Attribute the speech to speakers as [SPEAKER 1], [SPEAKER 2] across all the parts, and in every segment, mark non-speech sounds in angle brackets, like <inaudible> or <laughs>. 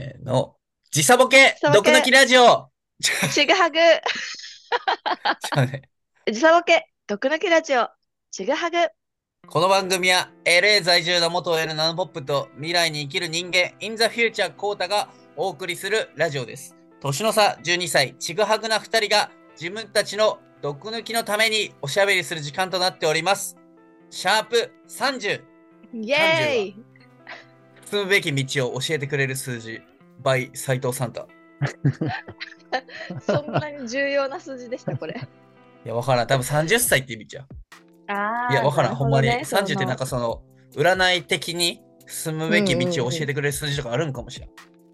[SPEAKER 1] せーの。時差ボケ
[SPEAKER 2] 時差ボケ
[SPEAKER 1] 毒抜きラジオ <laughs>
[SPEAKER 2] ちぐはぐ、
[SPEAKER 1] そうね
[SPEAKER 2] 時差ボケ、毒抜きラジオ、ちぐはぐ。
[SPEAKER 1] この番組は LA 在住の元 L ナノポップと未来に生きる人間 in the future コータがお送りするラジオです。年の差12歳、ちぐはぐな2人が自分たちの毒抜きのためにおしゃべりする時間となっております。シャープ30、
[SPEAKER 2] イエーイ
[SPEAKER 1] 進むべき道を教えてくれる数字、by 斉藤サンタ。
[SPEAKER 2] そんなに重要な数字でした、こ
[SPEAKER 1] <laughs>
[SPEAKER 2] れ。
[SPEAKER 1] いや、わからん。多分30歳って意味じゃん。
[SPEAKER 2] あ
[SPEAKER 1] いや、わからん、ほんまに。
[SPEAKER 2] 三十
[SPEAKER 1] 30ってなんかその、占い的に進むべき道を教えてくれる数字とかあるんかもしれん。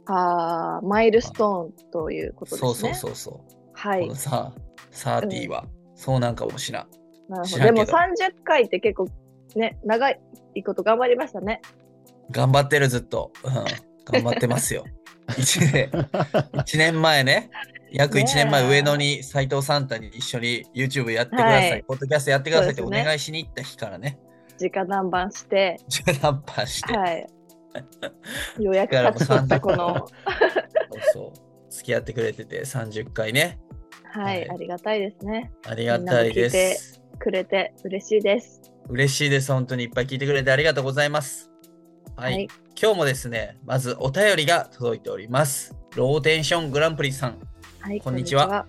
[SPEAKER 2] あーマイルストーンということです
[SPEAKER 1] そ
[SPEAKER 2] ね。
[SPEAKER 1] うそうそうそう。
[SPEAKER 2] は
[SPEAKER 1] こ
[SPEAKER 2] い
[SPEAKER 1] の。さ、30は、そうなんかもしらん。
[SPEAKER 2] なる
[SPEAKER 1] 知
[SPEAKER 2] ほ
[SPEAKER 1] ら
[SPEAKER 2] ど。
[SPEAKER 1] ん
[SPEAKER 2] で
[SPEAKER 1] けど
[SPEAKER 2] も30回って結構ね、長いこと頑張りましたね。
[SPEAKER 1] 頑張ってる、ずっと。うん、頑張ってます
[SPEAKER 2] <laughs>
[SPEAKER 1] よ。1年、一年前ね。約1
[SPEAKER 2] ねえ
[SPEAKER 1] 年前、上野に斎藤サンタに一緒に YouTube やってください,、
[SPEAKER 2] はい
[SPEAKER 1] ポッドキャストやってくださいって
[SPEAKER 2] そ
[SPEAKER 1] お
[SPEAKER 2] うですね
[SPEAKER 1] 願いしに行った日からね、 <laughs>
[SPEAKER 2] 直談判して、
[SPEAKER 1] 中断破して、 <laughs>
[SPEAKER 2] はい。ようやく勝ち取ったこの、
[SPEAKER 1] そうそう付き合ってくれてて30回ね、
[SPEAKER 2] は
[SPEAKER 1] はい
[SPEAKER 2] い、ありがたいですね。
[SPEAKER 1] ありがたいで
[SPEAKER 2] みんなも聞いて
[SPEAKER 1] す。
[SPEAKER 2] くれて嬉しいです。
[SPEAKER 1] 嬉しいです。本当にいっぱい聞いてくれてありがとうございます。はい。
[SPEAKER 2] はい
[SPEAKER 1] 今日もですね、まずお便りが届いております。ローテンショングランプリさん、
[SPEAKER 2] はい、
[SPEAKER 1] こんにちは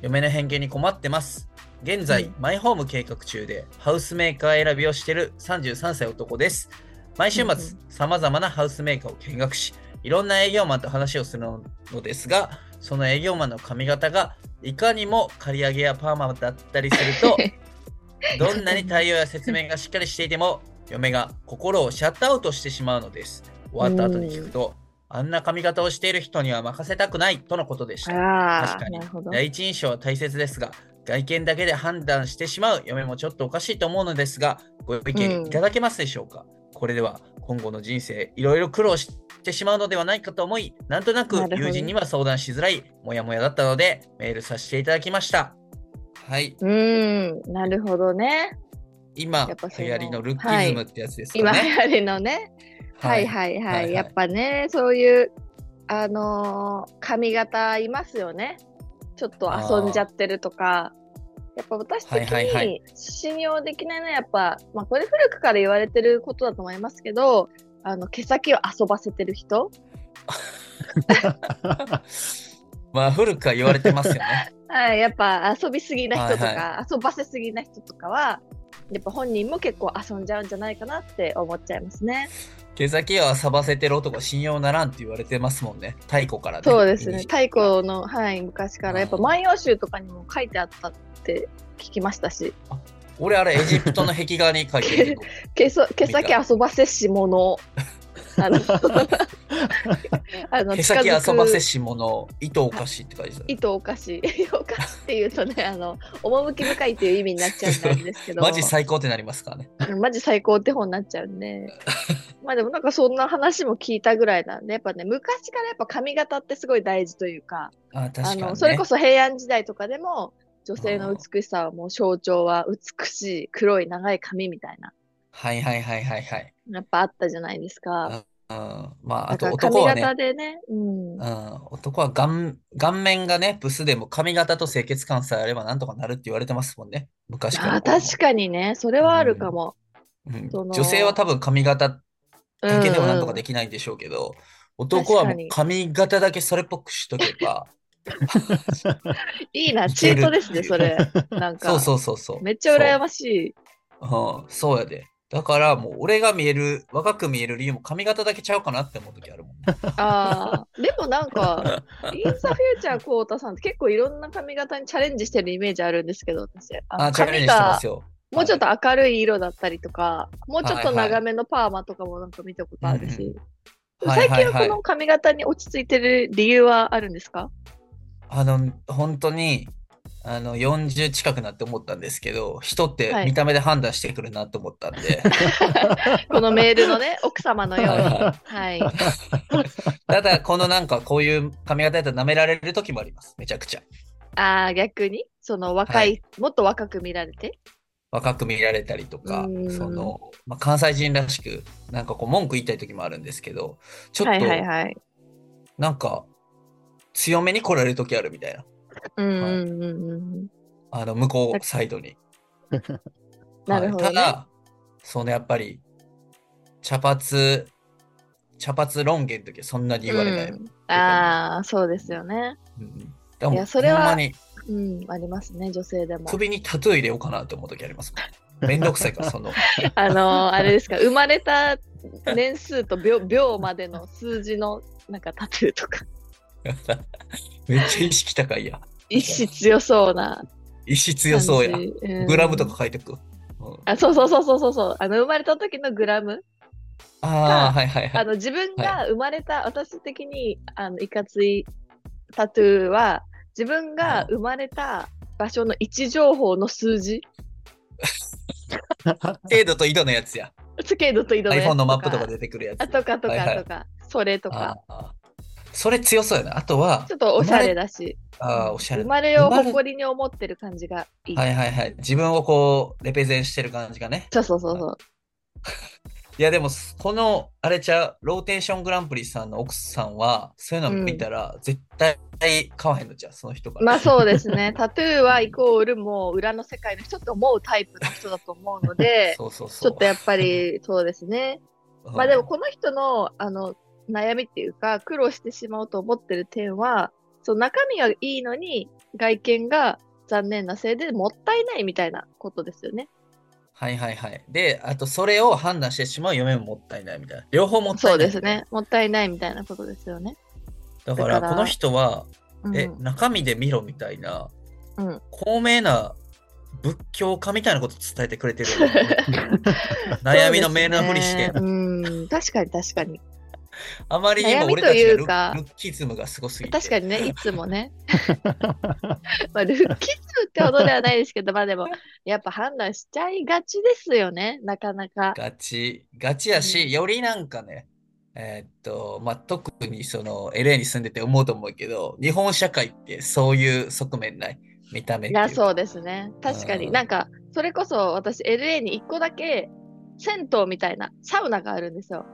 [SPEAKER 1] 嫁の偏見に困ってます。現在、
[SPEAKER 2] うん
[SPEAKER 1] マイホーム計画中でハウスメーカー選びをしている33歳男です。毎週
[SPEAKER 2] うんう
[SPEAKER 1] 末、さまざまなハウスメーカーを見学し、いろんな営業マンと話をするのですが、その営業マンの髪型がいかにも刈り上げやパーマだったりすると、
[SPEAKER 2] <laughs>
[SPEAKER 1] どんなに対応や説明がしっかりしていても、嫁が心をシャットアウトしてしまうのです。終わった後に聞くと、あんな髪型をしている人には任せたくないとのことでし
[SPEAKER 2] あ
[SPEAKER 1] た。
[SPEAKER 2] あ
[SPEAKER 1] 確か
[SPEAKER 2] ー、
[SPEAKER 1] に
[SPEAKER 2] なるほど。
[SPEAKER 1] 第一印象は大切ですが、外見だけで判断してしまう嫁もちょっとおかしいと思うのですが、ご意
[SPEAKER 2] う
[SPEAKER 1] 見
[SPEAKER 2] ん
[SPEAKER 1] いただけますでしょうか、これでは今後の人生、いろいろ苦労してしまうのではないかと思い、なんとなく
[SPEAKER 2] なるほど
[SPEAKER 1] 友人には相談しづらい、もやもやだったので、メールさせていただきました。はい。
[SPEAKER 2] うーん、なるほどね。
[SPEAKER 1] 今
[SPEAKER 2] やっぱそ
[SPEAKER 1] 流
[SPEAKER 2] の
[SPEAKER 1] 行りのルッキズムってやつですか
[SPEAKER 2] 今流
[SPEAKER 1] ね。
[SPEAKER 2] 行りのね。はい
[SPEAKER 1] い。
[SPEAKER 2] はいはい。
[SPEAKER 1] はいはい
[SPEAKER 2] やっぱね、そういう、あのー髪型いますよね。ちょっと遊んじゃってるとか。やっぱ私的
[SPEAKER 1] はいはいは
[SPEAKER 2] に信用できないのはやっぱ、まあこれ古くから言われてることだと思いますけど、あの毛先を遊ばせてる人
[SPEAKER 1] <laughs> まあ古くは言われてますよね。
[SPEAKER 2] はい、やっぱ遊びすぎな人とか、
[SPEAKER 1] はい
[SPEAKER 2] 遊ばせすぎな人とかは、やっぱ本人も結構遊んじゃうんじゃないかなって思っちゃいますね。
[SPEAKER 1] 毛先を遊ばせてる男は信用ならんって言われてますもんね。太古からね。
[SPEAKER 2] そうです
[SPEAKER 1] イ
[SPEAKER 2] ね。
[SPEAKER 1] メージ
[SPEAKER 2] 太古の、はい、昔から、やっぱ
[SPEAKER 1] うん
[SPEAKER 2] 万葉集とかにも書いてあったって聞きましたし、
[SPEAKER 1] 俺あれエジプトの壁画に描いて
[SPEAKER 2] <laughs>
[SPEAKER 1] るけど
[SPEAKER 2] 毛そ毛先遊ばせ
[SPEAKER 1] <laughs>
[SPEAKER 2] し者。あの、あの
[SPEAKER 1] 毛先遊ばせ
[SPEAKER 2] し。
[SPEAKER 1] し者、糸おかしいって書いてた。
[SPEAKER 2] 糸おかし <laughs> い。おかしいっていうとね、あの、趣深いっていう意味になっちゃうんであれですけど。
[SPEAKER 1] <laughs> マジ最高ってなりますからね。
[SPEAKER 2] うんマジ最高って本になっちゃうん
[SPEAKER 1] <laughs>
[SPEAKER 2] で。まあでもなんかそんな話も聞いたぐらいなんで、やっぱね、昔からやっぱ髪型ってすごい大事というか、
[SPEAKER 1] あ確か
[SPEAKER 2] あ
[SPEAKER 1] に、ね。
[SPEAKER 2] の、それこそ平安時代とかでも、女性の美しさはもう象徴は美しい黒い長い髪みたいな、
[SPEAKER 1] はいはいはいはいはい。
[SPEAKER 2] やっぱあったじゃないですか。
[SPEAKER 1] うん、まああ
[SPEAKER 2] だ
[SPEAKER 1] と
[SPEAKER 2] から
[SPEAKER 1] 男
[SPEAKER 2] 髪
[SPEAKER 1] はね
[SPEAKER 2] 型。でね、う
[SPEAKER 1] う。
[SPEAKER 2] ん
[SPEAKER 1] ん、男は顔顔面がね、ブスでも髪型と清潔感さえあればなんとかなるって言われてますもんね。昔から。
[SPEAKER 2] あ確かにね、それはあるかも。
[SPEAKER 1] うん
[SPEAKER 2] その
[SPEAKER 1] 女性は多分髪型だけではなんとかできないんでしょうけど、男はもう
[SPEAKER 2] 確
[SPEAKER 1] 髪型だけそれっぽくしとけば、
[SPEAKER 2] うんいいな、
[SPEAKER 1] 似
[SPEAKER 2] チ
[SPEAKER 1] てる
[SPEAKER 2] ートですね、それ。なんか、
[SPEAKER 1] そうそうそうそう。
[SPEAKER 2] めっちゃ羨ましい。
[SPEAKER 1] そう、うん、そうやで。だからもう俺が見える、若く見える理由も髪型だけちゃうかなって思う時あるもんね。
[SPEAKER 2] ああ、でも
[SPEAKER 1] <laughs>
[SPEAKER 2] なんか、インサフューチャーコウタさんって結構いろんな髪型にチャレンジしてるイメージあるんですけど、私。あの
[SPEAKER 1] あ、チャレンジしてますよ。
[SPEAKER 2] もうちょっと明るい色だったりとか、もうちょっと
[SPEAKER 1] はいはい
[SPEAKER 2] 長めのパーマとかもなんか見たことある
[SPEAKER 1] うんう
[SPEAKER 2] し、
[SPEAKER 1] はい
[SPEAKER 2] 最
[SPEAKER 1] はい
[SPEAKER 2] 近
[SPEAKER 1] はい
[SPEAKER 2] はこの髪型に落ち着いてる理由はあるんです
[SPEAKER 1] <laughs>
[SPEAKER 2] か
[SPEAKER 1] あの、本当に、あの、40近くなって思ったんですけど、人って
[SPEAKER 2] はい
[SPEAKER 1] 見た目で判断してくるなと思ったん
[SPEAKER 2] <laughs>
[SPEAKER 1] で、
[SPEAKER 2] このメールのね、 <laughs> 奥様のよう
[SPEAKER 1] はい
[SPEAKER 2] に。
[SPEAKER 1] は
[SPEAKER 2] はい。
[SPEAKER 1] ただ、このなんかこういう髪型やったら舐められる時もあります。めちゃくちゃ。
[SPEAKER 2] ああ、逆に、その若、
[SPEAKER 1] はい
[SPEAKER 2] もっと若く見られて。
[SPEAKER 1] 若く見られたりとか
[SPEAKER 2] う、ーん
[SPEAKER 1] その、まあ、関西人らしく、なんかこう文句言いたい時もあるんですけど、ちょっと、
[SPEAKER 2] はいはいはい。
[SPEAKER 1] なんか、強めに来られる時あるみたいな。
[SPEAKER 2] うんうんうんうん。
[SPEAKER 1] あの、向こうサイドに。
[SPEAKER 2] <laughs> なるほど、
[SPEAKER 1] はい
[SPEAKER 2] ね。
[SPEAKER 1] ただ、そのやっぱり、茶髪、茶髪論言の時はそんなに言われない。
[SPEAKER 2] うんああ、そうですよね。
[SPEAKER 1] うんでも
[SPEAKER 2] いやそれは
[SPEAKER 1] ほんまに
[SPEAKER 2] うん、ありますね、女性でも。
[SPEAKER 1] 首にタトゥー入れようかなって思う時ありますもん。めんどくさいから、そ
[SPEAKER 2] <laughs>
[SPEAKER 1] の。
[SPEAKER 2] あのーあれですか、生まれた年数と秒秒までの数字のなんかタトゥーとか、
[SPEAKER 1] <laughs> めっちゃ意識高いや。
[SPEAKER 2] 意志強そうな
[SPEAKER 1] 意志
[SPEAKER 2] 感
[SPEAKER 1] 強
[SPEAKER 2] じ。
[SPEAKER 1] そうや。
[SPEAKER 2] うん
[SPEAKER 1] グラムとか書いてく。うん
[SPEAKER 2] あ、そうそうそうそうそうそう。あの生まれた時のグラム。
[SPEAKER 1] ああ、はいはいは
[SPEAKER 2] あ
[SPEAKER 1] い。
[SPEAKER 2] の自分が生まれた、私的にあのいかついタトゥーは自
[SPEAKER 1] は
[SPEAKER 2] 分が
[SPEAKER 1] い
[SPEAKER 2] 生まれた場所の位置情報の数字。
[SPEAKER 1] 程度と井戸のやつや。
[SPEAKER 2] スケードと移動
[SPEAKER 1] iPhone のマップとか出てくるやつ。
[SPEAKER 2] あとかとかとか、
[SPEAKER 1] はいはい
[SPEAKER 2] それとか。
[SPEAKER 1] ああそれ強そうやな。あとは
[SPEAKER 2] ちょ、っとおしゃれだし。
[SPEAKER 1] ああ、おしゃれ
[SPEAKER 2] 生
[SPEAKER 1] な。
[SPEAKER 2] まれを
[SPEAKER 1] 生まれ
[SPEAKER 2] 誇りに思ってる感じがいい。
[SPEAKER 1] はいはいはい。自分をこう、レペゼンしてる感じがね。
[SPEAKER 2] そうそうそうそう。
[SPEAKER 1] いやでも、この、あれちゃう、ローテーショングランプリさんの奥さんは、そういうの見たら、絶対買わへんのじゃう、その人から。
[SPEAKER 2] まあそうですね。タトゥーはイコールもう裏の世界の人と思うタイプの人だと思うので、
[SPEAKER 1] そうそうそう。
[SPEAKER 2] ちょっとやっ
[SPEAKER 1] <laughs>
[SPEAKER 2] ぱりそうですね。
[SPEAKER 1] うん、
[SPEAKER 2] まあでもこの人のあの悩みっていうか苦労してしまうと思ってる点はその中身はいいのに外見が残念なせいでもったいないみたいなことですよね。
[SPEAKER 1] はいはいはい。で、あと、それを判断してしまう嫁ももったいないみたいな。両方もった
[SPEAKER 2] そう
[SPEAKER 1] いない
[SPEAKER 2] ですね。もったいないみたいなことですよね。
[SPEAKER 1] だから、
[SPEAKER 2] だから
[SPEAKER 1] この人は、
[SPEAKER 2] うん、
[SPEAKER 1] え、中身で見ろみたいな、
[SPEAKER 2] うん
[SPEAKER 1] 高名な仏教家みたいなこと伝えてくれて
[SPEAKER 2] <laughs>
[SPEAKER 1] るよね、悩みのメールのふりして、
[SPEAKER 2] そうですねうん、確かに確
[SPEAKER 1] <laughs>
[SPEAKER 2] かに。
[SPEAKER 1] あまりにも俺た
[SPEAKER 2] 悩みという
[SPEAKER 1] ちが
[SPEAKER 2] か
[SPEAKER 1] ルルッキズムがすごすぎて。
[SPEAKER 2] 確か
[SPEAKER 1] <laughs>
[SPEAKER 2] にね、いつもね。 <laughs> まあ、ルッキズムってほどではないですけど、まあでも、やっぱ判断しちゃいがちですよね、なかなか。
[SPEAKER 1] ガチ、ガチやし、
[SPEAKER 2] うん
[SPEAKER 1] よりなんかね、えーっと、まあ、特にその LA に住んでて思うと思うけど、日本社会ってそういう側面ない。見た目っ
[SPEAKER 2] い
[SPEAKER 1] ていう
[SPEAKER 2] や、
[SPEAKER 1] か
[SPEAKER 2] そうですね。確か
[SPEAKER 1] う
[SPEAKER 2] に。
[SPEAKER 1] ん
[SPEAKER 2] なんか、それこそ私、LA に1個だけ、銭湯みたいな、サウナがあるんですよ。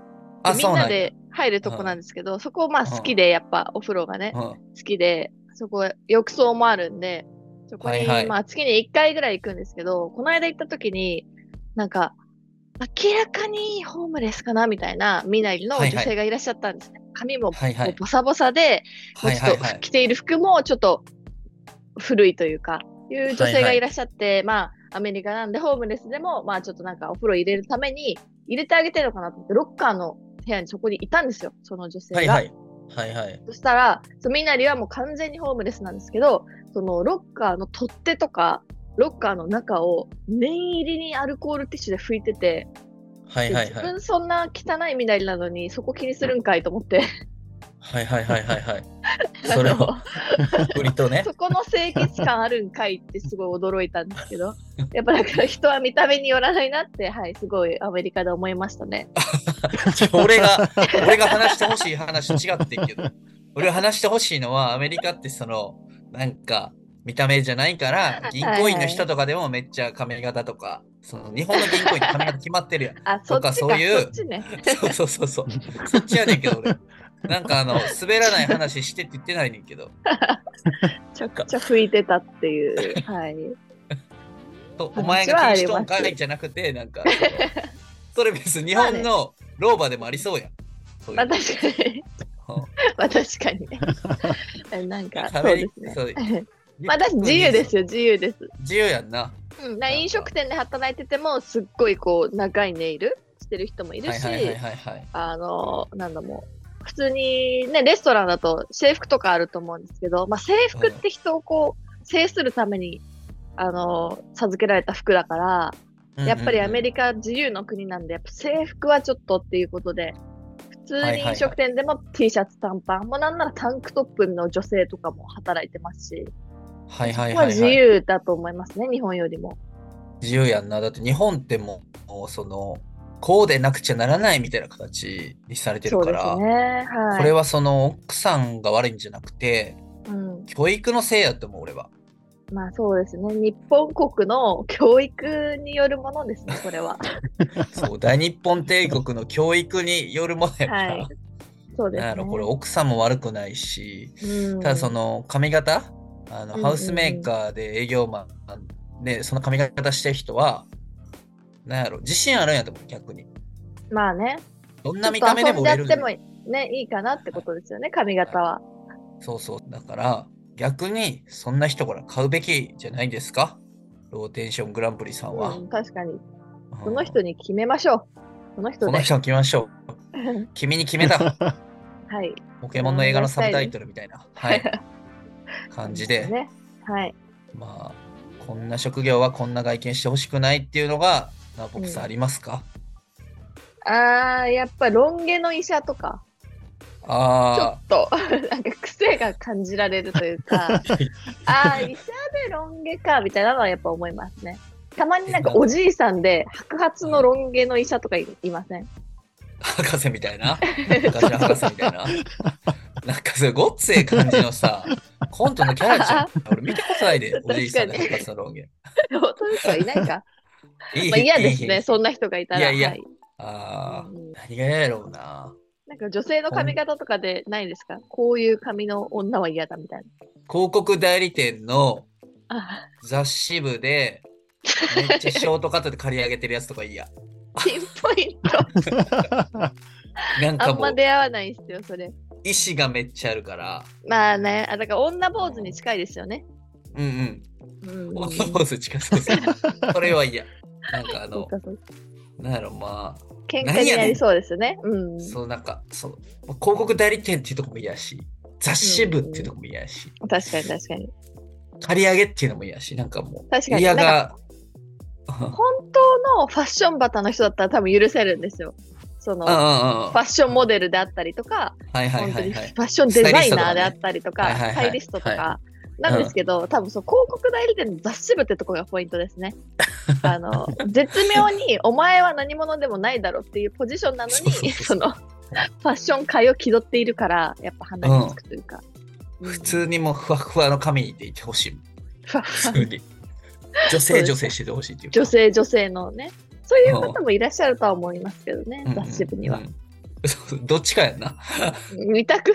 [SPEAKER 1] あ、
[SPEAKER 2] でみ
[SPEAKER 1] そうんな
[SPEAKER 2] なん
[SPEAKER 1] や。
[SPEAKER 2] で入るとこなんですけど、そこまあ好きで、やっぱお風呂がね、
[SPEAKER 1] うん
[SPEAKER 2] 好きで、そこ浴槽もあるんで、そこに、
[SPEAKER 1] はいはい
[SPEAKER 2] まあ月に1回ぐらい行くんですけど、この間行った時に、なんか、明らかにホームレスかなみたいな身なりの
[SPEAKER 1] はい
[SPEAKER 2] 女
[SPEAKER 1] はい
[SPEAKER 2] 性がいらっしゃったんですね。髪も
[SPEAKER 1] はいは
[SPEAKER 2] もう
[SPEAKER 1] い。
[SPEAKER 2] ボサボサで、も
[SPEAKER 1] は
[SPEAKER 2] う
[SPEAKER 1] い
[SPEAKER 2] ち
[SPEAKER 1] は
[SPEAKER 2] ょっ
[SPEAKER 1] い
[SPEAKER 2] と
[SPEAKER 1] はい。
[SPEAKER 2] 着ている服もちょっと古いというか、いう女性がいらっしゃって、まあ、アメリカなんでホームレスでも、まあ、ちょっとなんかお風呂入れるために入れてあげてるのかなと思って、ロッカーの部屋にそこにいたんですよ、その女性が。
[SPEAKER 1] はいはい。はいはい。
[SPEAKER 2] そしたら、そのみなりはもう完全にホームレスなんですけど、そのロッカーの取っ手とか、ロッカーの中を念入りにアルコールティッシュで拭いてて、
[SPEAKER 1] はいはい
[SPEAKER 2] 自
[SPEAKER 1] はい。
[SPEAKER 2] 分そんな汚いみなりなのに、そこ気にするんかいと思って、
[SPEAKER 1] はいはいはいはいはい。 <laughs> それ
[SPEAKER 2] あの
[SPEAKER 1] を、売りとね。
[SPEAKER 2] そこの清潔感あるんかいってすごい驚いたんですけど、 <laughs> やっぱだから人は見た目によらないなって、はい、すごいアメリカで思いましたね。
[SPEAKER 1] 俺が、俺が話してほしい話違ってんけど、俺が話してほしいのは、アメリカってその、なんか、見た目じゃないから、銀行員の人とかでもめっちゃ髪型とか、その日本の銀行員って髪型決まってるやん。
[SPEAKER 2] あ、そ
[SPEAKER 1] と
[SPEAKER 2] っち
[SPEAKER 1] か <laughs> そ
[SPEAKER 2] か、
[SPEAKER 1] ういう
[SPEAKER 2] そっちね。
[SPEAKER 1] そうそうそうそう。そっちやねんけど、俺。なんかあの、滑らない話してって言ってないねんけど、
[SPEAKER 2] ちょくちょ拭いてたっていう。はい。
[SPEAKER 1] とお前が禁止トンかいじゃなくて、なんか、そのそれ別に日本の老婆でもありそうやん。そういう
[SPEAKER 2] まあ確かに。 <laughs> まあ確かにね。え <laughs> なんか、
[SPEAKER 1] ア
[SPEAKER 2] そう
[SPEAKER 1] メ
[SPEAKER 2] で
[SPEAKER 1] リ
[SPEAKER 2] すね。
[SPEAKER 1] そう
[SPEAKER 2] <laughs> まあ私自由です
[SPEAKER 1] よ。
[SPEAKER 2] よ、自由です。
[SPEAKER 1] 自由やんな。
[SPEAKER 2] うん、な飲食店で働いてても、すっごいこう、長いネイルしてる人もいる
[SPEAKER 1] はい
[SPEAKER 2] し、
[SPEAKER 1] はいはいはいはい。
[SPEAKER 2] あの、なんだもう、普通にね、レストランだと制服とかあると思うんですけど、まあ制服って人をこう、制するために、あの、授けられた服だから、やっぱりアメ
[SPEAKER 1] リ
[SPEAKER 2] リカ自由の国なんで、やっぱ制服はちょっとっていうことで、普通に飲食店でも T シャツ短パン、もうなんならタンクトップの女性とかも働いてますし、
[SPEAKER 1] カはいはい
[SPEAKER 2] ここは
[SPEAKER 1] はい、
[SPEAKER 2] 自
[SPEAKER 1] はい。
[SPEAKER 2] 由だと思いますね、日本よりも。
[SPEAKER 1] 自由やんな。だって日本ってもう、もうその、こうでなくちゃならないみたいな形にされてる
[SPEAKER 2] そう
[SPEAKER 1] か
[SPEAKER 2] で
[SPEAKER 1] ら、
[SPEAKER 2] すね。はい。
[SPEAKER 1] これはその奥さんが悪いんじゃなくて、
[SPEAKER 2] うん、
[SPEAKER 1] 教育のせいやと思う、俺は。
[SPEAKER 2] まあそうですね。日本国の教育によるも
[SPEAKER 1] <laughs>
[SPEAKER 2] のですね、これは。
[SPEAKER 1] そう、大日本帝国の教育によるものやか
[SPEAKER 2] は
[SPEAKER 1] ら。
[SPEAKER 2] い。そうです、
[SPEAKER 1] なんや
[SPEAKER 2] ね。
[SPEAKER 1] ろこれ奥さんも悪くないし、
[SPEAKER 2] うん、
[SPEAKER 1] ただその髪型あ
[SPEAKER 2] うんうんう
[SPEAKER 1] の
[SPEAKER 2] ん
[SPEAKER 1] ハウスメーカーで営業マンでその髪型してる人はなんやろ自信あるんやと思う逆に
[SPEAKER 2] まあね、
[SPEAKER 1] どん
[SPEAKER 2] ちょ
[SPEAKER 1] な
[SPEAKER 2] っ
[SPEAKER 1] 見
[SPEAKER 2] と
[SPEAKER 1] た目
[SPEAKER 2] 遊
[SPEAKER 1] で
[SPEAKER 2] ん
[SPEAKER 1] も
[SPEAKER 2] じ
[SPEAKER 1] 売
[SPEAKER 2] ゃ
[SPEAKER 1] れ
[SPEAKER 2] っ
[SPEAKER 1] る
[SPEAKER 2] てもね、いいかなってことですよ
[SPEAKER 1] <laughs>
[SPEAKER 2] ね、髪型は。
[SPEAKER 1] そうそうだから逆にそんな人から買うべきじゃないですかローテーショングランプリさんは、
[SPEAKER 2] うん、確かに。
[SPEAKER 1] うん
[SPEAKER 2] その人に決めましょう。その人
[SPEAKER 1] こ
[SPEAKER 2] で。
[SPEAKER 1] の人に決めましょう君に決めた
[SPEAKER 2] <laughs> はい。
[SPEAKER 1] ポケモンの映画のサブタイトルみたいな、はい、感じ
[SPEAKER 2] <laughs>
[SPEAKER 1] で、
[SPEAKER 2] ね。はい。
[SPEAKER 1] まあこんな職業はこんな外見してほしくないっていうのがナポクさんありますか、
[SPEAKER 2] あー、やっぱロン毛の医者とか、ちょ
[SPEAKER 1] あ
[SPEAKER 2] っと、 <laughs> なんか癖が感じられるとい
[SPEAKER 1] <laughs>
[SPEAKER 2] うか、
[SPEAKER 1] あ
[SPEAKER 2] あー、医者でロン毛か、みたいなのはやっぱ思いますね。たまになんかおじいさんで白髪のロン毛の医者とかいいま
[SPEAKER 1] <laughs>
[SPEAKER 2] せん
[SPEAKER 1] 博士みたいな昔の博士みたい
[SPEAKER 2] <laughs>
[SPEAKER 1] ななんかそれごっつええ感じのさコントのキャラ
[SPEAKER 2] <laughs>
[SPEAKER 1] じゃん俺見たことないでおじいさんの博士のロン毛
[SPEAKER 2] 本当ですかいない
[SPEAKER 1] <laughs>
[SPEAKER 2] か、
[SPEAKER 1] いい
[SPEAKER 2] まあ、嫌です
[SPEAKER 1] い
[SPEAKER 2] ね、
[SPEAKER 1] い
[SPEAKER 2] そんな人がいたら。
[SPEAKER 1] いやいや
[SPEAKER 2] は
[SPEAKER 1] ああ
[SPEAKER 2] うんうん
[SPEAKER 1] 何が嫌やろうな
[SPEAKER 2] なんか女性の髪型とかでないですかこういう髪の女は嫌だみたい
[SPEAKER 1] 広告代理店の
[SPEAKER 2] な。あ
[SPEAKER 1] 雑誌部でめっちゃショートカットで刈り上げてるやつとか嫌
[SPEAKER 2] ー、ピンポイント。
[SPEAKER 1] <laughs> なん
[SPEAKER 2] あ
[SPEAKER 1] か
[SPEAKER 2] ん
[SPEAKER 1] も
[SPEAKER 2] ま
[SPEAKER 1] う
[SPEAKER 2] 出会わないですよ、それ。
[SPEAKER 1] 意志がめっちゃあるから
[SPEAKER 2] まあね、あだから女坊主に近いですよね。
[SPEAKER 1] うんうん
[SPEAKER 2] うん。
[SPEAKER 1] オーボス近 <laughs> そうそう。それは嫌。なんかあ
[SPEAKER 2] そう
[SPEAKER 1] の、
[SPEAKER 2] かそうか
[SPEAKER 1] なんやろま
[SPEAKER 2] 喧嘩になりそうですよね。うん
[SPEAKER 1] あ、。そうなんか、そう、広告代理店っていうとこも嫌やし、雑誌部っていうとこも嫌やし、
[SPEAKER 2] 確かに確かに。
[SPEAKER 1] 借り上げっていうのも嫌やし、なんかも
[SPEAKER 2] 確
[SPEAKER 1] う、
[SPEAKER 2] かに。
[SPEAKER 1] 嫌
[SPEAKER 2] なんか
[SPEAKER 1] が、うん
[SPEAKER 2] 本当のファッションバタの人だったら多分許せるんですよ。そ
[SPEAKER 1] <laughs>
[SPEAKER 2] の、
[SPEAKER 1] うんうんう
[SPEAKER 2] フ
[SPEAKER 1] ん
[SPEAKER 2] ァッションモデルであったりとか、
[SPEAKER 1] はいはい
[SPEAKER 2] 本
[SPEAKER 1] は
[SPEAKER 2] 当
[SPEAKER 1] い
[SPEAKER 2] に
[SPEAKER 1] は
[SPEAKER 2] フ
[SPEAKER 1] い。
[SPEAKER 2] ァッションデザイナーであったりとか、
[SPEAKER 1] ス
[SPEAKER 2] ス
[SPEAKER 1] タ
[SPEAKER 2] タ
[SPEAKER 1] イ
[SPEAKER 2] イ
[SPEAKER 1] リ
[SPEAKER 2] リ
[SPEAKER 1] ス
[SPEAKER 2] ス
[SPEAKER 1] ト
[SPEAKER 2] ト
[SPEAKER 1] とか
[SPEAKER 2] と
[SPEAKER 1] はいはい
[SPEAKER 2] か、なんですけど、多分その広告代理店の雑誌部ってとこがポイントです
[SPEAKER 1] <laughs>
[SPEAKER 2] ね。あの、絶妙にお前は何者でもないだろっていうポジションなの
[SPEAKER 1] そうそう
[SPEAKER 2] に、
[SPEAKER 1] そう
[SPEAKER 2] その、ファッション界を気取っているから、やっぱ鼻につくというか。うん
[SPEAKER 1] 普
[SPEAKER 2] <laughs>
[SPEAKER 1] 通にもうふわふわの髪でいてほしい。
[SPEAKER 2] ふわふ
[SPEAKER 1] 普
[SPEAKER 2] わ
[SPEAKER 1] 通に。
[SPEAKER 2] <laughs>
[SPEAKER 1] 女性女性しててほしいっていうか。
[SPEAKER 2] 女性女性のねそういう方もいらっしゃるとは思いますけどね、
[SPEAKER 1] うんうん
[SPEAKER 2] 雑誌部には
[SPEAKER 1] う、んそうどっちかやんな。
[SPEAKER 2] 見たく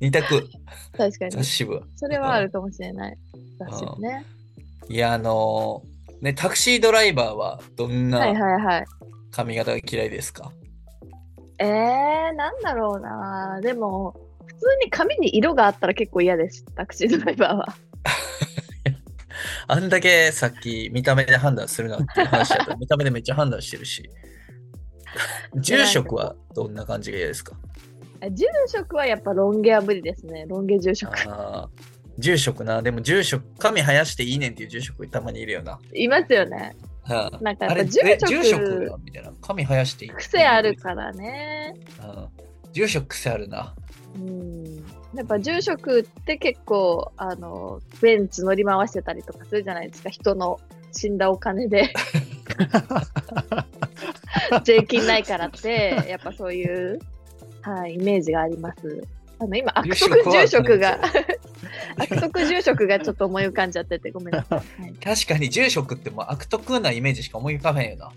[SPEAKER 1] 二択、
[SPEAKER 2] <laughs> 確か
[SPEAKER 1] 雑
[SPEAKER 2] に
[SPEAKER 1] 誌部は。
[SPEAKER 2] それはあるかもしれない雑誌部ね
[SPEAKER 1] いや、あのーね、タクシードライバーはどん
[SPEAKER 2] はい
[SPEAKER 1] な
[SPEAKER 2] はいはい
[SPEAKER 1] 髪型が嫌いですか、
[SPEAKER 2] えー、なんだろうなでも普通に髪に色があったら結構嫌ですタクシードライバーは <laughs>
[SPEAKER 1] あんだけさっき見た目で判断するなっていう話だと見た目でめっちゃ判断してるし。住職はどんな感じが嫌ですか
[SPEAKER 2] あ住職はやっぱロン毛は無理ですねロン毛住職
[SPEAKER 1] あー住職な、でも住職、髪生やしていいねんっていう住職たまにいるよな。
[SPEAKER 2] いますよね
[SPEAKER 1] は
[SPEAKER 2] なんか
[SPEAKER 1] あ
[SPEAKER 2] やっ
[SPEAKER 1] れ
[SPEAKER 2] ぱ住
[SPEAKER 1] え
[SPEAKER 2] 職
[SPEAKER 1] 住職だみたいな。髪生やしていい
[SPEAKER 2] 癖ある。からね
[SPEAKER 1] うん住職癖あるな。
[SPEAKER 2] うんやっぱ住職って結構あのベンツ乗り回してたりとかするじゃないですか人の死んだお金 <laughs> で税金ないからってやっぱそういう、はい、イメージがありますあの今悪徳住職が <laughs> 悪徳住職がちょっと思い浮かんじゃっててごめんなさい、はい、
[SPEAKER 1] 確かに住職ってもう悪徳なイメージしか思い浮かべへんよな。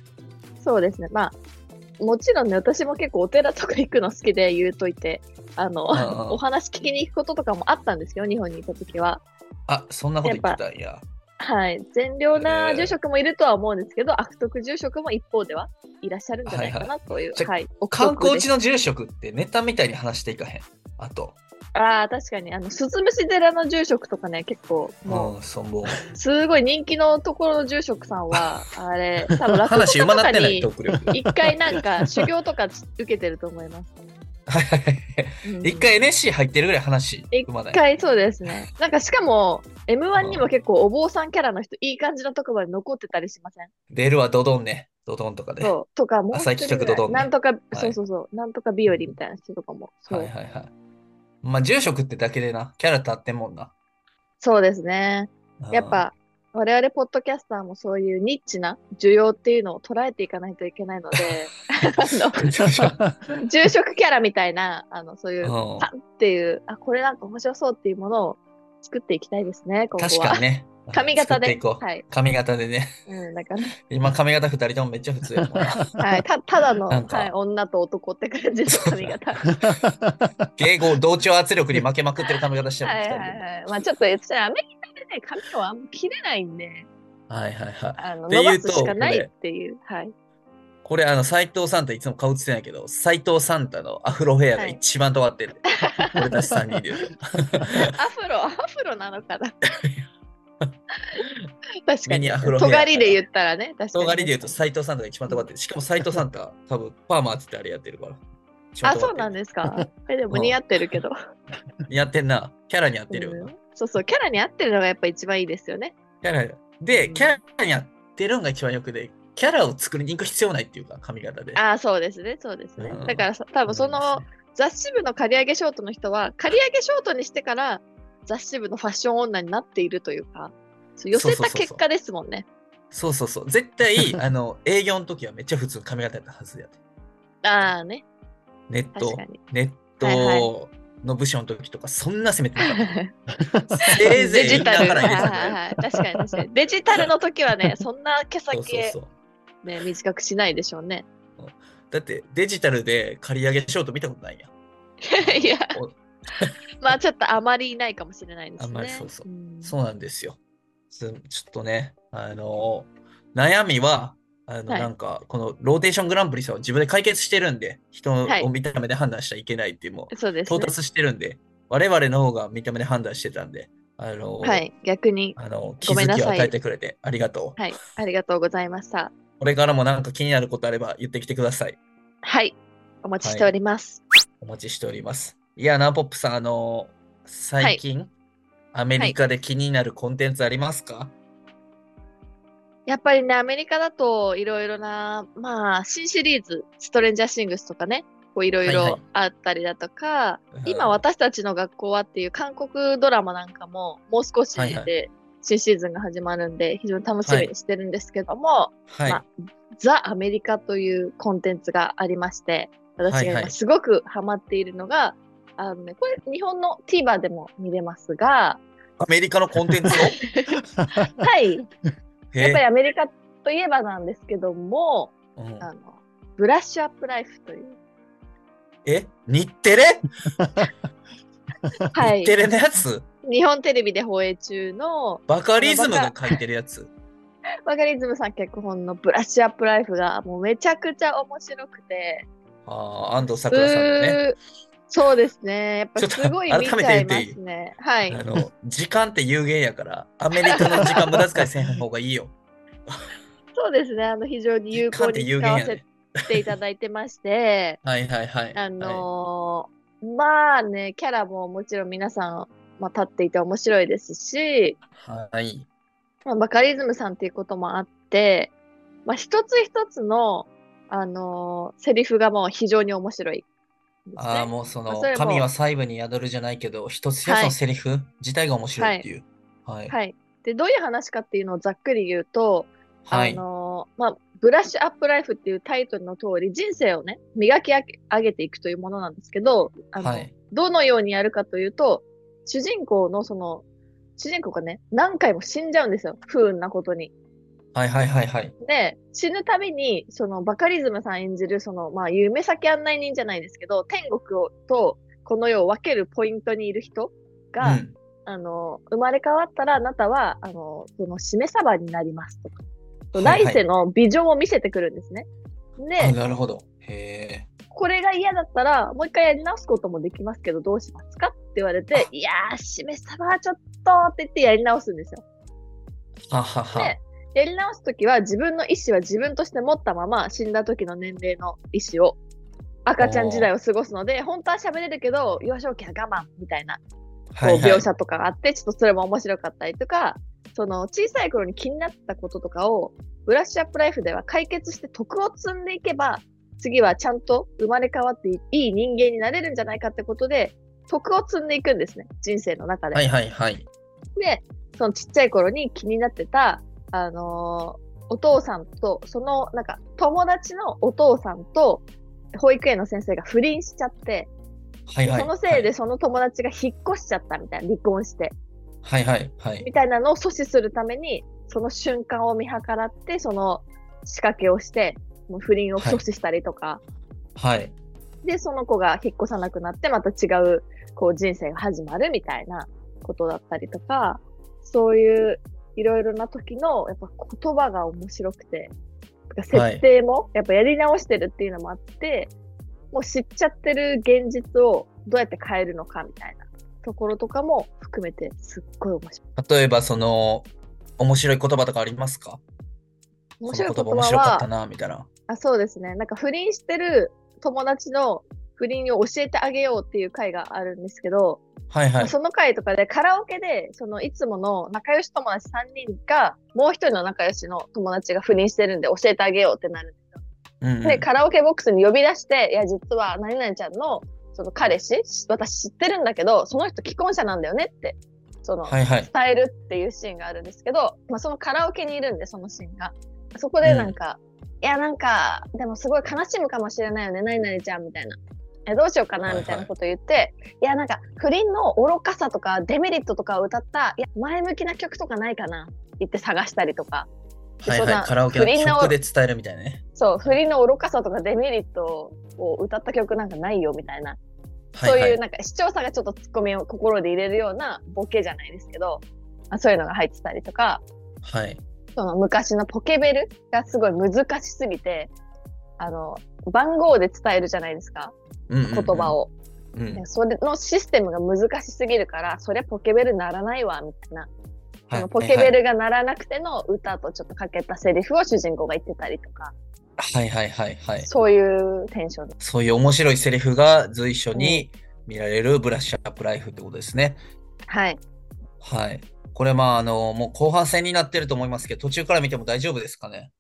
[SPEAKER 2] そうですねまあもちろんね私も結構お寺とか行くの好きで言うといてあの
[SPEAKER 1] うんうん
[SPEAKER 2] お話聞きに行くこととかもあったんですけど日本にいた時は
[SPEAKER 1] あ、そんなこと言ってたんや。
[SPEAKER 2] はい、善良
[SPEAKER 1] え
[SPEAKER 2] な
[SPEAKER 1] ー
[SPEAKER 2] 住職もいるとは思うんですけど、悪徳住職も一方ではいらっしゃるんじゃないかなという、
[SPEAKER 1] じゃ
[SPEAKER 2] はい、
[SPEAKER 1] 観光地
[SPEAKER 2] 地
[SPEAKER 1] の住職ってネタみたいに話していかへん。あと、
[SPEAKER 2] ああ、確かに、あの、鈴虫寺の住職とかね、結構、も
[SPEAKER 1] もうん、そんぼう。
[SPEAKER 2] う、すごい人気のところの住職さ
[SPEAKER 1] <laughs>
[SPEAKER 2] んは、あれ、多分落語
[SPEAKER 1] 話
[SPEAKER 2] 家
[SPEAKER 1] うま
[SPEAKER 2] と
[SPEAKER 1] な
[SPEAKER 2] か
[SPEAKER 1] ってない、
[SPEAKER 2] に
[SPEAKER 1] ト、ーク力。
[SPEAKER 2] 一回なんか修行とか受けてると思います。
[SPEAKER 1] はいはいはい
[SPEAKER 2] うん
[SPEAKER 1] 一回 NSC 入ってるぐらい話
[SPEAKER 2] 一
[SPEAKER 1] うまない。
[SPEAKER 2] 回そうですね。なんかしかも、M1 にも結構お坊さんキャラの人、いい感じのとこまで残ってたりしません
[SPEAKER 1] 出るはドドンね。ドドンとかで。は
[SPEAKER 2] そう、とかもう
[SPEAKER 1] 朝
[SPEAKER 2] 一
[SPEAKER 1] 一
[SPEAKER 2] 人ぐ
[SPEAKER 1] 食堂
[SPEAKER 2] ら
[SPEAKER 1] どん
[SPEAKER 2] い、
[SPEAKER 1] ね
[SPEAKER 2] なんとか、
[SPEAKER 1] い
[SPEAKER 2] そうそうそう、なんとか日和みたいな人とかも、
[SPEAKER 1] い
[SPEAKER 2] そう、
[SPEAKER 1] はいはい。まあ、住職ってだけでな、キャラ立ってんもんな。
[SPEAKER 2] そうですね。
[SPEAKER 1] うん
[SPEAKER 2] やっ、ぱ、我々ポッドキャスターもそういうニッチな需要っていうのを捉えていかないといけないの
[SPEAKER 1] <laughs>
[SPEAKER 2] で、あ
[SPEAKER 1] 住職
[SPEAKER 2] の住職キャラみたいな、あの、そういうう、
[SPEAKER 1] ん
[SPEAKER 2] パンっていう、あ、これなんか面白そうっていうものを作っていきたいですね、今後
[SPEAKER 1] 確
[SPEAKER 2] は。
[SPEAKER 1] かにね。
[SPEAKER 2] 髪型
[SPEAKER 1] 作って
[SPEAKER 2] で
[SPEAKER 1] い。こう
[SPEAKER 2] はい。
[SPEAKER 1] 髪型でね。
[SPEAKER 2] うん、だから、
[SPEAKER 1] 今髪型二人ともめっちゃ普通やもんな
[SPEAKER 2] はい。たただ
[SPEAKER 1] <laughs>
[SPEAKER 2] の、
[SPEAKER 1] なんか
[SPEAKER 2] はい、女と男って感じの髪型。は
[SPEAKER 1] 敬語同調圧力に負けまくってる髪型して
[SPEAKER 2] い
[SPEAKER 1] るもん
[SPEAKER 2] はい
[SPEAKER 1] 二人
[SPEAKER 2] はい。まあちょっと、私アメリカでね、髪をあんま切れないんで、
[SPEAKER 1] はいはいはい。
[SPEAKER 2] あの
[SPEAKER 1] ってい
[SPEAKER 2] 伸
[SPEAKER 1] うと
[SPEAKER 2] ばすしかないっていう。はい。
[SPEAKER 1] これあの斎藤サンタいつも顔映ってないけど斎藤サンタのアフロヘアが一番尖
[SPEAKER 2] <laughs>
[SPEAKER 1] ってる、俺たち3人で言うと
[SPEAKER 2] アフロ、アフロなのか
[SPEAKER 1] <laughs>
[SPEAKER 2] な。確か
[SPEAKER 1] ミニ
[SPEAKER 2] に。
[SPEAKER 1] アフロヘア
[SPEAKER 2] 尖りで言ったらね、確かに。
[SPEAKER 1] 尖りで言うと斎藤サンタが一番尖ってるしかも斎藤サン
[SPEAKER 2] <laughs>
[SPEAKER 1] タ多分パーマーって言ってあれやってるから
[SPEAKER 2] あ、そうなん
[SPEAKER 1] だ
[SPEAKER 2] ですか。え、でも似合ってるけど。
[SPEAKER 1] やってんなキャラに合ってるよな、
[SPEAKER 2] うんそうそう、キャラに合ってるのがやっぱ一番いいですよね。
[SPEAKER 1] キャラでキャラに合ってるのが一番よくでキャラを作りに行く必要ないっていうか髪型で
[SPEAKER 2] ああ、そうですね、そうですね。
[SPEAKER 1] うん
[SPEAKER 2] だからさ、多分その雑誌部の刈り上げショートの人は、刈り上げショートにしてから雑誌部のファッション女になっているというか、そう寄せ
[SPEAKER 1] そうそうそう
[SPEAKER 2] た
[SPEAKER 1] そう
[SPEAKER 2] 結果ですもんね。
[SPEAKER 1] そうそうそう絶
[SPEAKER 2] <laughs>
[SPEAKER 1] 対あの営業の時はめっちゃ普通の髪型やったはずやで
[SPEAKER 2] ああね、
[SPEAKER 1] ネッ
[SPEAKER 2] 確
[SPEAKER 1] ト
[SPEAKER 2] かに。
[SPEAKER 1] ネッ
[SPEAKER 2] はい
[SPEAKER 1] トの部署の時とかそんな攻めてなかった
[SPEAKER 2] <laughs>
[SPEAKER 1] せいぜ
[SPEAKER 2] デ
[SPEAKER 1] いイン
[SPEAKER 2] ジ
[SPEAKER 1] ナ
[SPEAKER 2] タ
[SPEAKER 1] ー
[SPEAKER 2] ル、
[SPEAKER 1] カラー
[SPEAKER 2] はい
[SPEAKER 1] 入れてたんだ
[SPEAKER 2] はい
[SPEAKER 1] よ
[SPEAKER 2] はい、確かに確かに。デジタルの時はね、そんな毛
[SPEAKER 1] そうそう
[SPEAKER 2] 先、
[SPEAKER 1] そう
[SPEAKER 2] ね、短くしないでしょ
[SPEAKER 1] <laughs>
[SPEAKER 2] うね。
[SPEAKER 1] だってデジタルで借り上げショート見たことないやん
[SPEAKER 2] いや
[SPEAKER 1] お、
[SPEAKER 2] <laughs> まあちょっとあまりいないかもしれないですね。
[SPEAKER 1] あんまりそうそうんそうなんですよすちょっとねあの悩みはあの、
[SPEAKER 2] はい
[SPEAKER 1] なんかこのローテーショングランプリさんを自分で解決してるんで人
[SPEAKER 2] はい
[SPEAKER 1] を見た目で判断しちゃいけないっていうも
[SPEAKER 2] そうで
[SPEAKER 1] う
[SPEAKER 2] すね
[SPEAKER 1] 到。達してるんで我々の方が見た目で判断してたんであの、
[SPEAKER 2] はい、逆に。
[SPEAKER 1] あの気
[SPEAKER 2] ごめん
[SPEAKER 1] づ
[SPEAKER 2] な
[SPEAKER 1] きを
[SPEAKER 2] さい
[SPEAKER 1] 与えてくれてありがとう、
[SPEAKER 2] はい、ありがとうございました。
[SPEAKER 1] これからもなんか気になることあれば言ってきてください
[SPEAKER 2] はい、お待ちしております。
[SPEAKER 1] お待ちしております。いやな、ポップさん、あの最近、アメリカで気になるコンテンツありますか、
[SPEAKER 2] やっぱりね、アメリカだといろいろな、まあ、新シリーズ、ストレンジャーシングスとかね、こういろい
[SPEAKER 1] はいは
[SPEAKER 2] ろ
[SPEAKER 1] い
[SPEAKER 2] あったりだとか、
[SPEAKER 1] うん
[SPEAKER 2] 今私たちの学校はっていう韓国ドラマなんかも、もう少し
[SPEAKER 1] はいは
[SPEAKER 2] で新シーズンが始まるんで、非常に楽しみにしてるんですけども、
[SPEAKER 1] はい、
[SPEAKER 2] まあザ・アメリカというコンテンツがありまして、私
[SPEAKER 1] はい
[SPEAKER 2] が
[SPEAKER 1] はい
[SPEAKER 2] 今すごくハマっているのが、あのね、これ日本の TVer でも見れますが、
[SPEAKER 1] アメリカのコンテンツを。
[SPEAKER 2] はい、やっぱり
[SPEAKER 1] へ
[SPEAKER 2] アメリカといえばなんですけども、
[SPEAKER 1] えうん
[SPEAKER 2] あのブラッシュアップライフという、
[SPEAKER 1] え日テレ、
[SPEAKER 2] はい
[SPEAKER 1] <laughs> 日、テレのやつ
[SPEAKER 2] 日本テレビで放映中の
[SPEAKER 1] バカリズムが書いてるやつ。
[SPEAKER 2] バカリズムさん脚本のブラッシュアップライフがもうめちゃくちゃ面白くて、
[SPEAKER 1] あー安藤サクラさんのね。
[SPEAKER 2] うーそうですね、やっぱ
[SPEAKER 1] ちょっと
[SPEAKER 2] すごい見ちゃいますね。はい、
[SPEAKER 1] あの時間って有限やから、アメリカの時間無駄遣いせん方がいいよ。
[SPEAKER 2] そうですね、あの非常に
[SPEAKER 1] 時
[SPEAKER 2] <laughs> 有効
[SPEAKER 1] 間って
[SPEAKER 2] に
[SPEAKER 1] 有
[SPEAKER 2] 使
[SPEAKER 1] 限
[SPEAKER 2] わ
[SPEAKER 1] や
[SPEAKER 2] せ
[SPEAKER 1] ね。
[SPEAKER 2] ていただいてまして、
[SPEAKER 1] はいはいはい。
[SPEAKER 2] あのーまあね、キャラももちろん皆さん、まあ、立っていて面白いですし、
[SPEAKER 1] はい、はい。
[SPEAKER 2] まあ、バカリズムさんっていうこともあって、まあ、一つ一つの、あのーセリフがもう非常に面白いです
[SPEAKER 1] ああ、
[SPEAKER 2] ね。
[SPEAKER 1] もうそ
[SPEAKER 2] まあ
[SPEAKER 1] の、
[SPEAKER 2] それも
[SPEAKER 1] 神は細部に宿るじゃないけど、一つ一つのセリフ自体が面白いっていう。はい。
[SPEAKER 2] はい。で、どういう話かっていうのをざっくり言うと、
[SPEAKER 1] はい。
[SPEAKER 2] あのーまあ、ブラッシュアップライフっていうタイトルの通り、人生をね、磨き上げ上げていくというものなんですけど、あの、
[SPEAKER 1] はい。
[SPEAKER 2] どのようにやるかというと、主人公のその、主人公がね、何回も死んじゃうんですよ。不運なことに。
[SPEAKER 1] はいはいはいはい。
[SPEAKER 2] で、死ぬたびに、そのバカリズムさん演じる、その、まあ、夢先案内人じゃないですけど、天国をとこの世を分けるポイントにいる人が、
[SPEAKER 1] うん、
[SPEAKER 2] あの、生まれ変わったら、あなたは、あの、その、しめ鯖になりますとか、
[SPEAKER 1] はいはい
[SPEAKER 2] 来世の美女を見せてくるんですね。
[SPEAKER 1] あ
[SPEAKER 2] で、
[SPEAKER 1] なるほど。へえ。
[SPEAKER 2] これが嫌だったら、もう一回やり直すこともできますけど、どうしますかって言われて、いやー、しめ鯖はちょっとって言ってやり直すんですよ。
[SPEAKER 1] ははは
[SPEAKER 2] ね。やり直すときは自分の意思は自分として持ったまま死んだ時の年齢の意思を赤ちゃん時代を過ごすので本当は喋れるけど幼少期は我慢みたいなこう
[SPEAKER 1] はいはい
[SPEAKER 2] 描写とかがあってちょっとそれも面白かったりとかその小さい頃に気になったこととかをブラッシュアップライフでは解決して徳を積んでいけば次はちゃんと生まれ変わっていい人間になれるんじゃないかってことで徳を積んでいくんですね人生の中で。
[SPEAKER 1] はいはいはい。
[SPEAKER 2] で、そのちっちゃい頃に気になってた、あのーお父さんと、その、なんか、友達のお父さんと、保育園の先生が不倫しちゃって、
[SPEAKER 1] はいはい。
[SPEAKER 2] そのせいでその友達が引っ越しちゃったみたいな、離婚して。
[SPEAKER 1] はいはいはい。
[SPEAKER 2] みたいなのを阻止するために、その瞬間を見計らって、その仕掛けをして、もう不倫を阻止したりとか、
[SPEAKER 1] はい。
[SPEAKER 2] で、その子が引っ越さなくなって、また違う、こう、人生が始まるみたいなことだったりとか、そういう、いろいろな時の、やっぱ言葉が面白くて、てか
[SPEAKER 1] はい
[SPEAKER 2] 設定も、やっぱやり直してるっていうのもあって、もう知っちゃってる現実をどうやって変えるのかみたいなところとかも含めて、すっごい面白い。
[SPEAKER 1] 例えば、その、面白い言葉とかありますか
[SPEAKER 2] 面白い
[SPEAKER 1] こ
[SPEAKER 2] 言
[SPEAKER 1] の
[SPEAKER 2] 葉
[SPEAKER 1] 面白かった
[SPEAKER 2] は、
[SPEAKER 1] な、みたいな。
[SPEAKER 2] あそうですね。なんか不倫してる友達の不倫を教えてあげようっていう回があるんですけど、
[SPEAKER 1] はいは
[SPEAKER 2] ま
[SPEAKER 1] い
[SPEAKER 2] あ。その回とかでカラオケで、そのいつもの仲良し友達3人が、もう一人の仲良しの友達が不倫してるんで教えてあげようってなるんですよ。
[SPEAKER 1] うんうん
[SPEAKER 2] で、カラオケボックスに呼び出して、いや、実は何々ちゃんのその彼氏、私知ってるんだけど、その人既婚者なんだよねって、その、
[SPEAKER 1] はいはい。
[SPEAKER 2] 伝えるっていうシーンがあるんですけど、まあ、そのカラオケにいるんでそのシーンがそこでなんか、いやなんかでもすごい悲しむかもしれないよね何々ちゃんみたいな。えどうしようか
[SPEAKER 1] はい
[SPEAKER 2] な
[SPEAKER 1] はい
[SPEAKER 2] みたいなこと言って、いやなんか不倫の愚かさとかデメリットとかを歌ったいや前向きな曲とかないかな言って探したりとか
[SPEAKER 1] はい
[SPEAKER 2] そん
[SPEAKER 1] は。
[SPEAKER 2] ない
[SPEAKER 1] カラオケ
[SPEAKER 2] 不倫
[SPEAKER 1] の
[SPEAKER 2] の
[SPEAKER 1] 曲で伝えるみたいなね。
[SPEAKER 2] そう不倫の愚かさとかデメリットを歌った曲なんかないよみたいな、
[SPEAKER 1] はいは
[SPEAKER 2] そういう
[SPEAKER 1] い。
[SPEAKER 2] なんか視聴者がちょっとツッコミを心で入れるようなボケじゃないですけどあそういうのが入ってたりとか
[SPEAKER 1] はい。
[SPEAKER 2] その昔のポケベルがすごい難しすぎて、あの、番号で伝えるじゃないですか、
[SPEAKER 1] 言
[SPEAKER 2] 言葉
[SPEAKER 1] を。
[SPEAKER 2] を。
[SPEAKER 1] うん
[SPEAKER 2] いやそれのシステムが難しすぎるから、そりゃポケベルならないわ、みたいな。そのポケベ。ルがならなくての歌とちょっとかけたセリフを主人公が言ってたりとか、
[SPEAKER 1] はいはいはいはい。
[SPEAKER 2] そういうテンションで。
[SPEAKER 1] そういう面白いセリフが随所に見られるブラッシュアップライフってことですね。
[SPEAKER 2] はい。
[SPEAKER 1] はい。これまああの、もう後半戦になってると思いますけど、途中から見ても大丈夫ですかね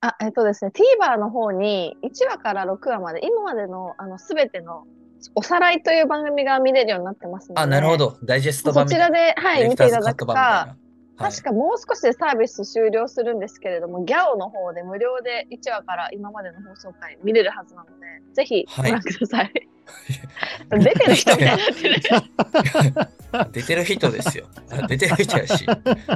[SPEAKER 2] あ、えっとですね、TVer の方に1話から6話まで、今までのあの全てのおさらいという番組が見れるようになってますので、
[SPEAKER 1] あ、なるほど。ダイジェスト
[SPEAKER 2] そ
[SPEAKER 1] 版みた
[SPEAKER 2] ち
[SPEAKER 1] い
[SPEAKER 2] ら
[SPEAKER 1] な。
[SPEAKER 2] で、はい、
[SPEAKER 1] ディレ
[SPEAKER 2] 見
[SPEAKER 1] クタ
[SPEAKER 2] て
[SPEAKER 1] ーズカ
[SPEAKER 2] いただ
[SPEAKER 1] ット
[SPEAKER 2] く
[SPEAKER 1] 版みたい
[SPEAKER 2] か
[SPEAKER 1] な、はい
[SPEAKER 2] 確かもう少しでサービス終了するんですけれども、ギャオの方で無料で1話から今までの放送回見れるはずなので、ぜひご
[SPEAKER 1] はい
[SPEAKER 2] 覧くだ
[SPEAKER 1] <laughs>
[SPEAKER 2] さい。出てる人みたいになってる。
[SPEAKER 1] 出てる人ですよ。出てる人やし。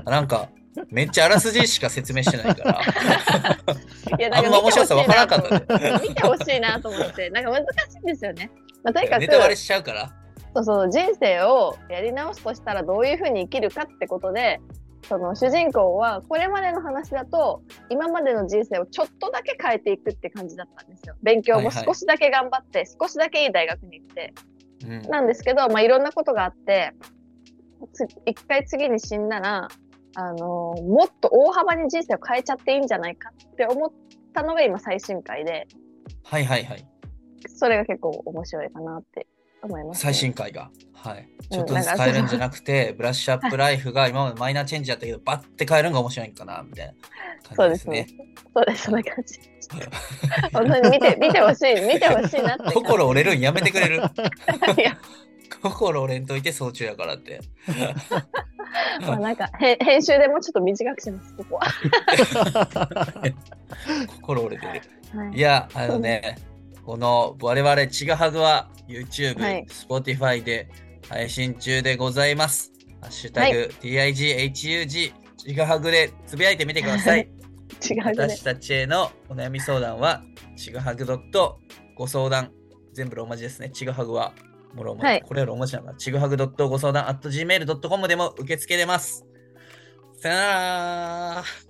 [SPEAKER 1] なんか、めっちゃあらすじしか説明して
[SPEAKER 2] <laughs>
[SPEAKER 1] ないから。
[SPEAKER 2] いや
[SPEAKER 1] あんま面白さわからんかったね。
[SPEAKER 2] た。見てほしいなと思って、なんか難しいんですよね。まあ、とにかく
[SPEAKER 1] ネタバレしちゃうから。
[SPEAKER 2] そうそう人生をやり直すとしたらどういうふうに生きるかってことでその主人公はこれまでの話だと今までの人生をちょっとだけ変えていくって感じだったんですよ勉強も
[SPEAKER 1] はいはい
[SPEAKER 2] 少しだけ頑張って、少しだけいい大学に行って
[SPEAKER 1] うん
[SPEAKER 2] なんですけど、まあ、いろんなことがあってつ一回次に死んだら、あのーもっと大幅に人生を変えちゃっていいんじゃないかって思ったのが今最新回で
[SPEAKER 1] はいはいはい。
[SPEAKER 2] それが結構面白いかなって思います、
[SPEAKER 1] 最新回が。はい。
[SPEAKER 2] うん
[SPEAKER 1] ちょっとずつ変えるんじゃなくて、ブラッシュアップライフが今までマイナーチェンジだったけど、バッて変えるのが面白いんかな、みたいな
[SPEAKER 2] そう
[SPEAKER 1] 感じ
[SPEAKER 2] で
[SPEAKER 1] です
[SPEAKER 2] す
[SPEAKER 1] ね
[SPEAKER 2] ね。。そうです、そんな感じ。本当に見
[SPEAKER 1] <laughs>
[SPEAKER 2] て、見てほしい、見てほしいなって感じ。
[SPEAKER 1] 心折れるんやめてくれる。
[SPEAKER 2] いや、
[SPEAKER 1] 心折れんといて、早中やからって。
[SPEAKER 2] まあ、なんか、へ編集でもうちょっと短くします、ここは。
[SPEAKER 1] 心折れてる。
[SPEAKER 2] はい
[SPEAKER 1] や、あのね、この我々ちぐはぐは YouTube、
[SPEAKER 2] はい
[SPEAKER 1] Spotify で配信中でございます。ハッシュタグ、TIGHUG ちぐはぐでつぶやいてみてください。
[SPEAKER 2] い、違うね
[SPEAKER 1] 私。たちへのお悩み相談は、ちぐはぐ .com ご相談、全部ローマ字ですね。ちぐはぐは、もうローマ字、
[SPEAKER 2] はい
[SPEAKER 1] これはローマ字なのかな。ちぐはぐ .com ご相談、at gmail.com でも受け付けれます。さよなら